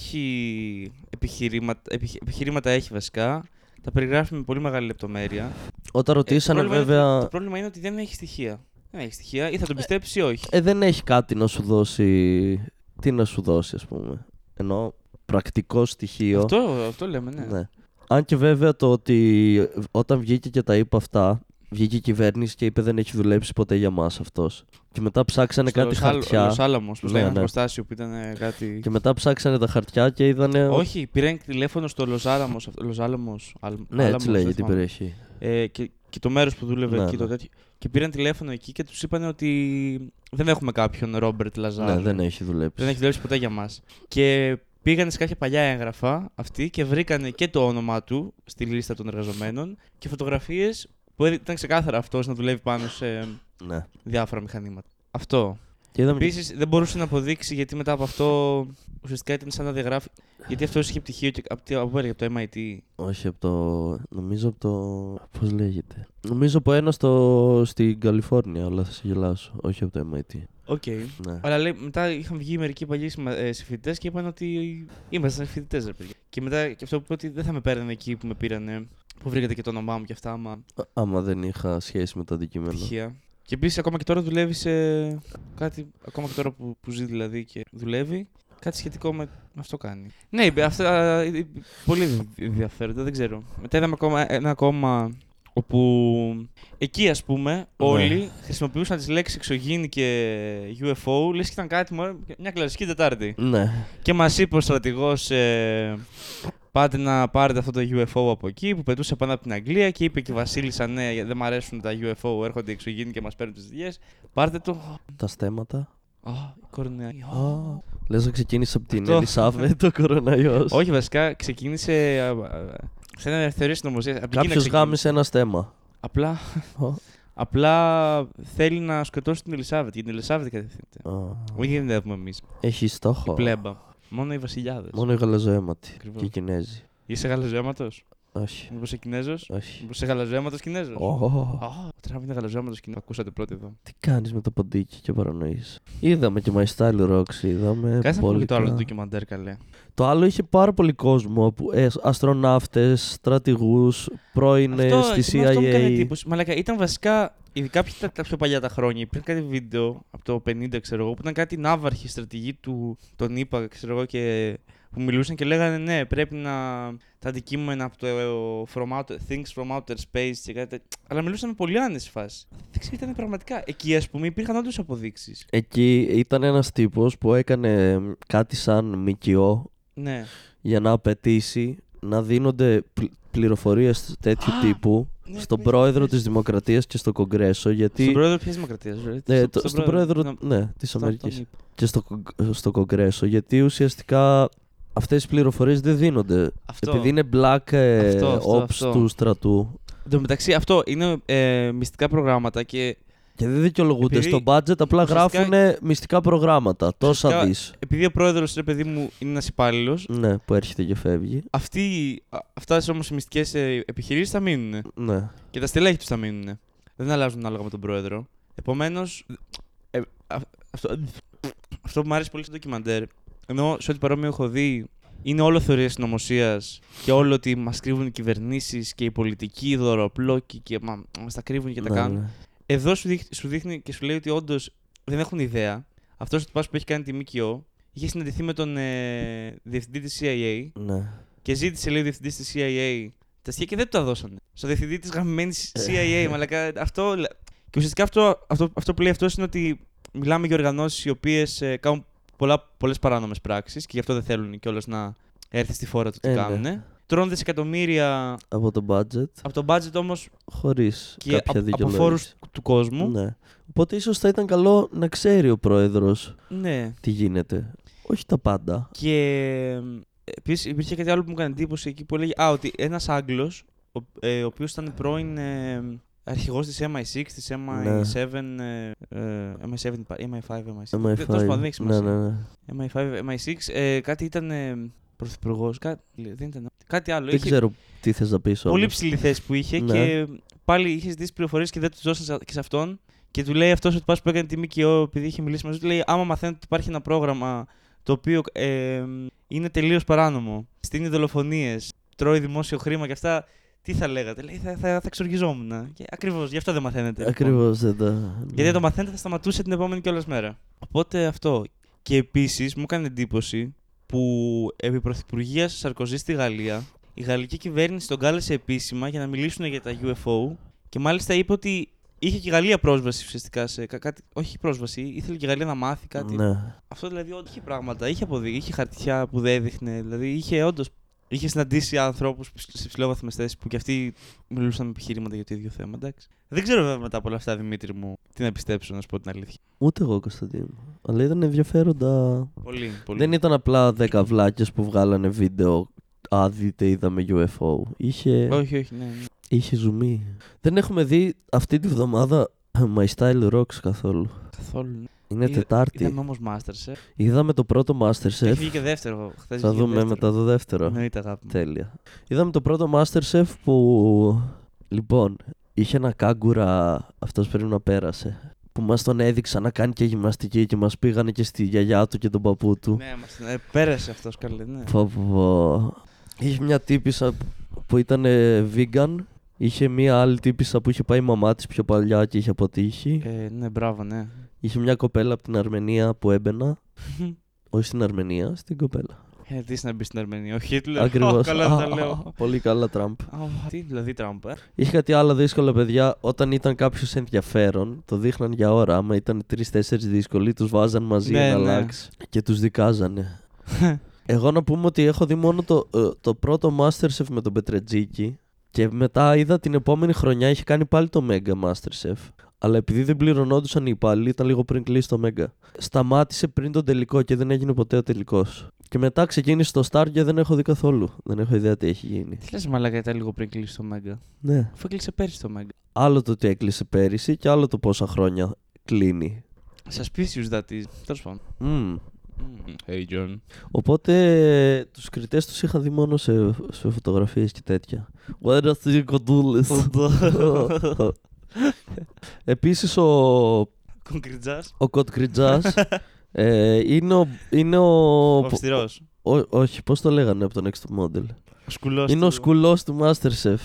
B: έχει επιχειρήματα, επιχει- επιχειρήματα έχει βασικά. Τα περιγράφει με πολύ μεγάλη λεπτομέρεια. Ε,
A: Όταν ρωτήσανε,
B: το πρόβλημα είναι
A: βέβαια.
B: ότι- το πρόβλημα είναι ότι δεν έχει στοιχεία. Δεν έχει στοιχεία, ή θα τον πιστέψει ή όχι.
A: Ε, δεν έχει κάτι να σου δώσει. Τι να σου δώσει, ας πούμε. Ενώ πρακτικό στοιχείο.
B: Αυτό, αυτό λέμε, ναι.
A: Ναι. Αν και βέβαια το ότι όταν βγήκε και τα είπε αυτά, βγήκε η κυβέρνηση και είπε δεν έχει δουλέψει ποτέ για μας αυτός. Και μετά ψάξανε κάτι χαρτιά.
B: Λος Άλαμος, πως
A: Ναι,
B: λέγανε
A: ναι.
B: Κωνστάσιο, που ήταν ε, κάτι...
A: Και μετά ψάξανε τα χαρτιά και είδανε.
B: Όχι, πήραν τηλέφωνο στο Λος Άλαμος, αυτό- Λος Άλαμος, Αλ-
A: Ναι,
B: Άλαμος,
A: έτσι λέγεται
B: δεν
A: την
B: θυμάμαι.
A: περιοχή.
B: Ε, και, και το μέρος που δούλευε
A: Ναι,
B: εκεί, το
A: ναι.
B: τέτοιο. Και πήραν τηλέφωνο εκεί και τους είπαν ότι δεν έχουμε κάποιον Ρόμπερτ Λαζάρου.
A: Ναι, δεν έχει δουλέψει.
B: Δεν έχει δουλέψει ποτέ για μας. Και πήγανε σε κάποια παλιά έγγραφα αυτοί και βρήκανε και το όνομά του στη λίστα των εργαζομένων και φωτογραφίες που έδει- ήταν ξεκάθαρα αυτός να δουλεύει πάνω σε
A: Ναι.
B: διάφορα μηχανήματα. Αυτό.
A: Και είδαμε. και-
B: Επίσης δεν μπορούσε να αποδείξει γιατί μετά από αυτό ουσιαστικά ήταν σαν να διαγράφει. Γιατί αυτός είχε πτυχίο και από, τι- από, πού έλεγε, από το MIT.
A: Όχι, από το. Νομίζω από το. Πώς λέγεται. Νομίζω από ένα στο... στην Καλιφόρνια, αλλά θα σε γελάσω. Όχι από το MIT.
B: Οκ.
A: Ναι.
B: Αλλά λέει, μετά είχαν βγει μερικοί παλιοί συμμα- ε, συμφοιτητές και είπαν ότι ήμασταν φοιτητέ, ρε παιδιά. Και μετά και αυτό που είπε ότι δεν θα με παίρνανε εκεί που με πήρανε, που βρήκατε και το όνομά μου και αυτά, άμα
A: Α- Άμα δεν είχα σχέση με το αντικείμενο.
B: Τυχαία. Και επίσης ακόμα και τώρα δουλεύει σε κάτι. Ακόμα και τώρα που, που ζει δηλαδή και δουλεύει. Κάτι σχετικό με αυτό κάνει. Ναι, είπε, αυτά ε, ε, πολύ ενδιαφέροντα, δεν ξέρω. Μετά είδαμε ακόμα ε, ένα ακόμα όπου εκεί ας πούμε όλοι χρησιμοποιούσαν τις λέξεις εξωγήινη και UFO λες και ήταν κάτι μωρέ, μια κλασική Τετάρτη.
A: Ναι.
B: Και μας είπε ο στρατηγός ε, πάτε να πάρετε αυτό το UFO από εκεί που πετούσε πάνω από την Αγγλία και είπε και η Βασίλισσα ναι δεν μ' αρέσουν τα UFO έρχονται οι εξωγήινοι και μας παίρνουν τις δουλειές. Πάρτε το.
A: Τα στέματα.
B: Α, η κορονοϊό.
A: Λες να ξεκίνησε από την
B: Αυτό.
A: Ελισάβετ
B: [laughs]
A: ο κοροναϊός.
B: Όχι βασικά ξεκίνησε α, α, σε ένα ελευθερία συνωμοσίας. από την Κίνα
A: Κάποιο
B: ξεκίνησε.
A: γάμισε ένα στέμα.
B: Απλά,
A: Ω.
B: απλά θέλει να σκοτώσει την Ελισάβετ. Για την Ελισάβετ κατευθύνεται.
A: Α.
B: Όχι γιατί δεν έχουμε εμείς.
A: Έχει
B: Η
A: στόχο.
B: πλέμπα. Μόνο οι βασιλιάδες.
A: Μόνο οι γαλαζοαίματοι
B: Ακριβώς.
A: και οι Κινέζοι.
B: Είσαι γαλαζέματος.
A: Όχι.
B: Μήπως είσαι Κινέζος.
A: Όχι.
B: Μήπως είσαι γαλαζέματος Κινέζος.
A: Ω,
B: Α, τράβει ένα γαλαζόμενο σκηνό. Ακούσατε πρώτοι εδώ.
A: Τι κάνεις με το ποντίκι και παρανοείς. Είδαμε και My Style Rocks, είδαμε. Ε,
B: Κάτσε να πούμε
A: πολύ
B: και το άλλο
A: καλά.
B: το ντοκιμαντέρ, καλέ.
A: Το άλλο είχε πάρα πολύ κόσμο. Που, ε, αστροναύτες, στρατηγούς, πρώην ε, στη CIA.
B: εμένα αυτό μου έκανε εντύπωση. Μαλάκα, ήταν βασικά, ειδικά ποια τα, τα πιο παλιά τα χρόνια, υπήρχε κάτι βίντεο από το 50, ξέρω εγώ, που ήταν κάτι ναύαρχη στρατηγή του, τον είπα, ξέρω εγώ, και που μιλούσαν και λέγανε ναι, πρέπει να τα αντικείμενα από το ε, ο, from outer, Things from Outer Space και κάτι τέτοιο. Αλλά μιλούσαν με πολύ άνεση φάση. Δεν ξέρω, ήταν πραγματικά. Εκεί, ας πούμε, υπήρχαν όντως αποδείξεις.
A: Εκεί ήταν ένας τύπος που έκανε μ, κάτι σαν μικιό
B: Ναι.
A: για να απαιτήσει να δίνονται πλη- πληροφορίες τέτοιου
B: Α,
A: τύπου
B: ναι,
A: στον
B: πες,
A: πρόεδρο
B: πες.
A: της Δημοκρατίας και στο Κογκρέσο γιατί...
B: Στον πρόεδρο ποιας δημοκρατίας, ρε.
A: Ναι,
B: Στον-
A: το- στον πρόεδρο ναι, της
B: στον- τον
A: Αμερικής
B: είπα.
A: και στο, κογκ- στο Κογκρέσο γιατί ουσιαστικά αυτές οι πληροφορίες δεν δίνονται
B: Αυτό.
A: επειδή είναι black ε,
B: Αυτό, αυτό,
A: ops
B: αυτό.
A: του στρατού
B: Εν τω μεταξύ, αυτό είναι ε, μυστικά προγράμματα και
A: και δεν δικαιολογούνται
B: Επειδή
A: στο budget απλά
B: ουσιαστικά-
A: γράφουν μυστικά προγράμματα τόσα
B: Ουσιαστικά-
A: δις
B: επειδή ο πρόεδρος, ρε παιδί μου, είναι ένας υπάλληλος,
A: ναι, που έρχεται και φεύγει.
B: αυτοί, α- αυτάς όμως οι μυστικές επιχειρήσεις θα μείνουν.
A: Ναι.
B: Και τα στελέχη τους θα μείνουν. Δεν αλλάζουν ανάλογα με τον πρόεδρο. Επομένως. Ε, α- αυτό, αυτό που μου αρέσει πολύ στο ντοκιμαντέρ, ενώ σε ό,τι παρόμοιο έχω δει, είναι όλο θεωρία συνωμοσίας και όλο ότι μας κρύβουν οι κυβερνήσεις και οι πολιτικοί δωροπλόκοι και μα μας τα κρύβουν και τα
A: Ναι,
B: κάνουν.
A: ναι.
B: Εδώ σου δείχνει, σου δείχνει και σου λέει ότι όντως δεν έχουν ιδέα. Αυτός ο τυπάς που έχει κάνει τη ΜΚΟ είχε συναντηθεί με τον ε, διευθυντή της CIA
A: Ναι.
B: και ζήτησε, λέει, ο διευθυντής της CIA τα στοιχεία και δεν του τα δώσανε. Στο διευθυντή της γαμμένη CIA,
A: [laughs]
B: μαλακά. Αυτό. λα- Και ουσιαστικά αυτό, αυτό, αυτό που λέει αυτός είναι ότι μιλάμε για οργανώσεις οι οποίες ε, κάνουν πολλές παράνομες πράξεις και γι' αυτό δεν θέλουν κιόλας να έρθει στη φόρα του τι
A: Ε, ναι.
B: κάνουν. Τρώνε δισεκατομμύρια
A: Από το budget,
B: από το budget όμως
A: χωρίς
B: και
A: κάποια
B: από, από
A: δικαιολόγηση.
B: φόρους του κόσμου.
A: Ναι. Οπότε ίσως θα ήταν καλό να ξέρει ο πρόεδρος
B: ναι.
A: τι γίνεται. Όχι τα πάντα.
B: Και επίσης υπήρχε κάτι άλλο που μου έκανε εντύπωση εκεί που έλεγε α, ότι ένας Άγγλος, ο, ε, ο οποίος ήταν πρώην ε, αρχηγός της MI6, της
A: Ναι.
B: MI7, ε, ε, MI7, είπα, MI5, MI6.
A: MI5.
B: Δεν- Ε, τέλος πάντων, δεν έχει
A: ναι,
B: σημασία.
A: ναι, ναι.
B: MI5, MI6, ε, κάτι ήταν ε, πρωθυπουργό, κάτι, δεν ήταν, κάτι άλλο.
A: Δεν
B: είχε
A: ξέρω τι θες να πεις όμως.
B: πολύ ψηλή θέση που είχε
A: Ναι.
B: και πάλι είχες ζητήσει πληροφορίες και δεν τους δώσαν σε- και σε αυτόν. Και του λέει αυτός ότι πα που έκανε τη ΜΚΟ, επειδή είχε μιλήσει μαζί του, λέει: Άμα μαθαίνετε ότι υπάρχει ένα πρόγραμμα το οποίο ε, είναι τελείως παράνομο, στείνει δολοφονίες, τρώει δημόσιο χρήμα και αυτά, τι θα λέγατε. Λέει: Θα, θα, θα εξοργιζόμουν. Ακριβώς, γι' αυτό δεν μαθαίνετε. λοιπόν.
A: Ακριβώς δεν τα.
B: Γιατί αν το μαθαίνετε θα σταματούσε την επόμενη κιόλας μέρα. Οπότε αυτό. Και επίσης μου έκανε εντύπωση που επί Πρωθυπουργίας Σαρκοζή στη Γαλλία η γαλλική κυβέρνηση τον κάλεσε επίσημα για να μιλήσουν για τα UFO και μάλιστα είπε ότι είχε και η Γαλλία πρόσβαση ουσιαστικά σε κα- κάτι. Όχι πρόσβαση, ήθελε και η Γαλλία να μάθει κάτι.
A: Ναι.
B: Αυτό δηλαδή ότι είχε πράγματα, είχε αποδείξει, είχε χαρτιά που δεν έδειχνε. Δηλαδή είχε όντως. Είχε συναντήσει ανθρώπους σε ψηλόβαθμες θέσεις που κι αυτοί μιλούσαν με επιχειρήματα για το ίδιο θέμα. Εντάξει. Δεν ξέρω βέβαια μετά από όλα αυτά, Δημήτρη μου, τι να πιστέψω, να σου πω την αλήθεια.
A: Ούτε εγώ, Κωνσταντίνο. Αλλά ήταν ενδιαφέροντα.
B: Πολύ, πολύ.
A: Δεν ήταν απλά 10 βλάκες που βγάλανε βίντεο. Α, δείτε, είδαμε UFO. Είχε,
B: Όχι, όχι, ναι. ναι.
A: είχε ζουμί. Δεν έχουμε δει αυτή τη βδομάδα ε, My Style Rocks καθόλου.
B: Καθόλου. ναι.
A: Είναι
B: Είδα-
A: Τετάρτη.
B: Είδαμε όμως Masters.
A: Είδαμε το πρώτο
B: Έχει
A: Masterchef.
B: βγει και δεύτερο. Χθες
A: Θα
B: βγήκε
A: δούμε
B: δεύτερο. Ναι.
A: μετά το δεύτερο.
B: Εννοείται, αγάπη. μου.
A: Τέλεια. Είδαμε το πρώτο Masterchef που. Λοιπόν, είχε ένα κάγκουρα. Αυτός πρέπει να πέρασε. Που μας τον έδειξαν να κάνει και γυμναστική και μας πήγανε και στη γιαγιά του και τον παππού του.
B: Ναι, μας, ε, πέρασε αυτός καλέ. Ναι.
A: Πω, πω, πω. Είχε μια τύπησα που ήταν vegan. Είχε μια άλλη τύπησα που είχε πάει η μαμά της πιο παλιά και είχε αποτύχει.
B: Ε, ναι, μπράβο, ναι.
A: Είχε μια κοπέλα από την Αρμενία που έμπαινα. Όχι στην Αρμενία, στην κοπέλα.
B: Ε, τι να μπεις στην Αρμενία, ο Χίτλερ.
A: Ακριβώς.
B: Ω, καλά δεν τα λέω.
A: [laughs] Πολύ καλά, Τραμπ.
B: Α, τι, δηλαδή Τραμπ, ε.
A: Είχε κάτι άλλο δύσκολο, παιδιά. Όταν ήταν κάποιος ενδιαφέρον, το δείχναν για ώρα. Άμα ήταν τρει-τέσσερι δύσκολοι, τους βάζαν μαζί
B: Ναι,
A: να
B: ναι.
A: αλλάξει. Και τους
B: [laughs]
A: δικάζανε. Εγώ να πούμε ότι έχω δει μόνο το, ε, το πρώτο Masterchef με τον Πετρετζίκη. Και μετά είδα την επόμενη χρονιά είχε κάνει πάλι το Mega Masterchef. Αλλά επειδή δεν πληρωνόντουσαν οι υπάλληλοι, ήταν λίγο πριν κλείσει το Mega. Σταμάτησε πριν τον τελικό και δεν έγινε ποτέ ο τελικός. Και μετά ξεκίνησε το Star και δεν έχω δει καθόλου. Δεν έχω ιδέα τι έχει γίνει.
B: Τι λες, μαλάκα ήταν λίγο πριν κλείσει το Μέγκα.
A: Ναι.
B: Αφού έκλεισε πέρσι το Μέγκα.
A: Άλλο το ότι έκλεισε πέρυσι και άλλο το πόσα χρόνια κλείνει.
B: Suspicious that is. Τέλος πάντων.
A: Μμμ.
B: Mm. Hey, John.
A: Οπότε τους κριτές τους είχα δει μόνο σε, σε φωτογραφίες και τέτοια. Where are the κοντούλες. Επίσης ο,
B: Κονκριτζά.
A: ο Κοτκριτζάς ε, είναι ο... Είναι ο,
B: Αυστηρός.
A: ο- όχι, πώς το λέγανε από τον Next Model.
B: Σκουλός.
A: Είναι ο σκουλός του Masterchef.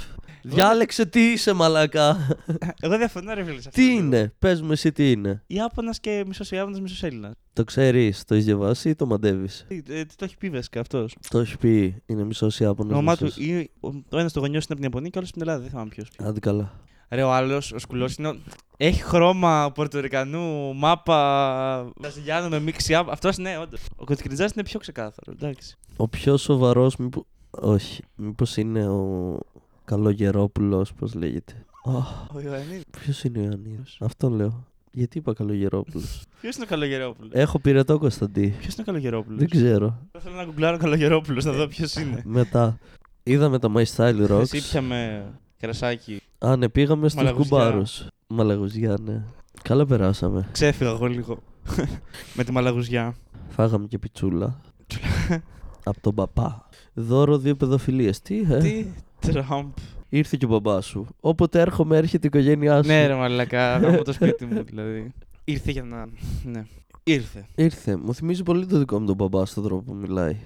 A: Διάλεξε τι είσαι μαλακά.
B: Εγώ διαφωνώ, ρε φίλε. σε αυτό.
A: τι είναι, πες μου εσύ τι είναι.
B: Ιάπωνας και μισός Ιάπωνας, μισός Έλληνας.
A: Το ξέρεις, το έχεις διαβάσει ή το μαντεύεις.
B: Τι ε, τι το έχει πει βασικά αυτός.
A: Το έχει πει, είναι μισός Ιάπωνας.
B: Όνομά του. ή- ο- Το ένα το γονιός είναι από την Ιαπωνία και ο άλλος στην Ελλάδα. Δεν θυμάμαι ποιος.
A: Άντε καλά.
B: Ρε, ο άλλος, ο σκουλός είναι. ο- Έχει χρώμα Πορτορικανού, μάπα Βραζιλιάνου με μίξη. Αυτός ναι, όντως. Ο Κοτκριτζά είναι πιο ξεκάθαρο. Εντάξει.
A: Ο πιο σοβαρός, μήπω. Όχι, μήπως είναι ο Καλογερόπουλος, πώς λέγεται.
B: Ο Ιωαννίδης.
A: Ποιος είναι ο Ιωαννίδης. Αυτό λέω. Γιατί είπα Καλογερόπουλος.
B: Ποιος είναι ο Καλογερόπουλος.
A: Έχω πυρετό Κωνσταντί.
B: Ποιος είναι ο Καλογερόπουλος.
A: Δεν ξέρω.
B: Θέλω να κουκλάρω Καλογερόπουλος να δω ποιος είναι.
A: Μετά. Είδαμε τα My Style
B: Εσύ
A: Rocks.
B: πιαμε κρασάκι.
A: Α, ναι, πήγαμε στους
B: Μαλαγουζιά.
A: κουμπάρους. Μαλαγουζιά, ναι. Καλά περάσαμε.
B: Ξέφυγα εγώ λίγο. Με τη μαλαγουζιά.
A: Φάγαμε και πιτσούλα. Από τον παπά. Δώρο δύο παιδοφιλίες. Τι, ε?
B: Τι Τραμπ.
A: Ήρθε και ο μπαμπά σου. Όποτε έρχομαι, έρχεται η οικογένειά σου.
B: Ναι, ρε
A: [laughs]
B: μαλακά. Από το σπίτι μου δηλαδή. Ήρθε για να. Ναι. Ήρθε.
A: Ήρθε. Μου θυμίζει πολύ το δικό μου τον μπαμπά στον τρόπο που μιλάει.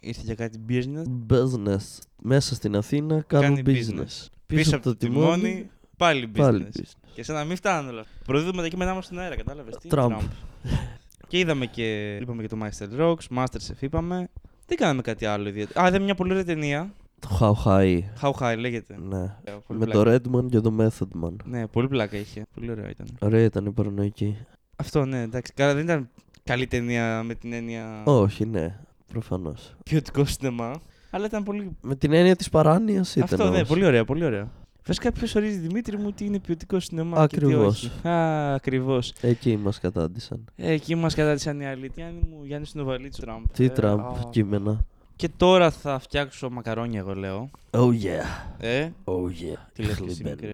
B: Ήρθε για κάτι business.
A: business. Μέσα στην Αθήνα κάνουν
B: Κάνει
A: business.
B: business. Πίσω από το τιμόνι. Πάλι
A: πάλι
B: business.
A: business.
B: Και σαν να μην φτάνουν όλα. αυτά. Προδίδουμε τα κείμενά μας στον αέρα, κατάλαβες. Τι
A: Τραμπ.
B: και είδαμε και, είπαμε και το Master Rocks, Masterchef είπαμε. Δεν κάναμε κάτι άλλο ιδιαίτερο. Α, είδαμε μια πολύ ωραία ταινία.
A: Το How High.
B: How High λέγεται.
A: Ναι.
B: Ε, πολύ
A: Με
B: πλάκα.
A: το Redman και το Method Man.
B: Ναι, πολύ πλάκα είχε. Πολύ ωραίο ήταν.
A: Ωραία ήταν η παρανοϊκή.
B: Αυτό, ναι, εντάξει. Καλά, δεν ήταν καλή ταινία με την έννοια
A: Όχι, ναι. Προφανώς.
B: ποιοτικό σινεμά. Αλλά ήταν πολύ.
A: Με την έννοια της παράνοιας ήταν.
B: Αυτό, ναι,
A: όμως.
B: πολύ ωραία, πολύ ωραία. Βασικά, ποιο ορίζει Δημήτρη μου ότι είναι ποιοτικό σινεμά. και τι
A: Ακριβώς.
B: όχι. Α, Ακριβώς.
A: Εκεί μας κατάντησαν.
B: Ε, εκεί μας κατάτησαν οι άλλοι. Τι Άννη μου, Γιάννη Νοβαλίτσου, Τραμπ.
A: Τι
B: Ε,
A: Τραμπ,
B: α.
A: κείμενα.
B: Και τώρα θα φτιάξω μακαρόνια, εγώ λέω.
A: Oh yeah.
B: Ε,
A: Oh yeah.
B: τι λες και εσύ,
A: Χλιμπέν.
B: μικρέ.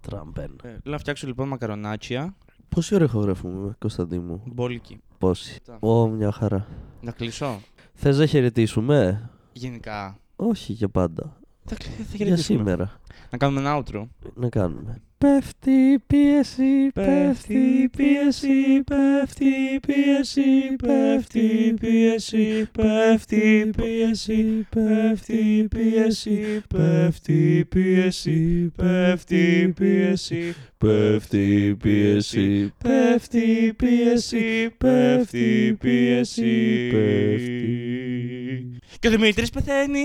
A: Τραμπέν.
B: Ε, Λέω να φτιάξω λοιπόν μακαρονάτσια,
A: Πόση ώρα ηχογραφούμε, Κωνσταντί μου.
B: μπόλικη.
A: Πόση.
B: Τα.
A: Ω, μια χαρά.
B: Να κλείσω.
A: Θες να χαιρετήσουμε.
B: Γενικά.
A: Όχι για πάντα.
B: Θα, κλει- θα
A: Για
B: χαιρετήσουμε.
A: σήμερα.
B: Να κάνουμε ένα outro.
A: Να κάνουμε. Πέφτει η πίεση, πέφτει η πίεση, πέφτει η πίεση, πέφτει η πίεση, πέφτει η πίεση, πέφτει η πίεση, πέφτει η πίεση,
B: Πέφτει η πίεση,
A: πέφτει η πίεση, πέφτει η πίεση,
B: πέφτει η πίεση. Και ο Δημήτρης πεθαίνει.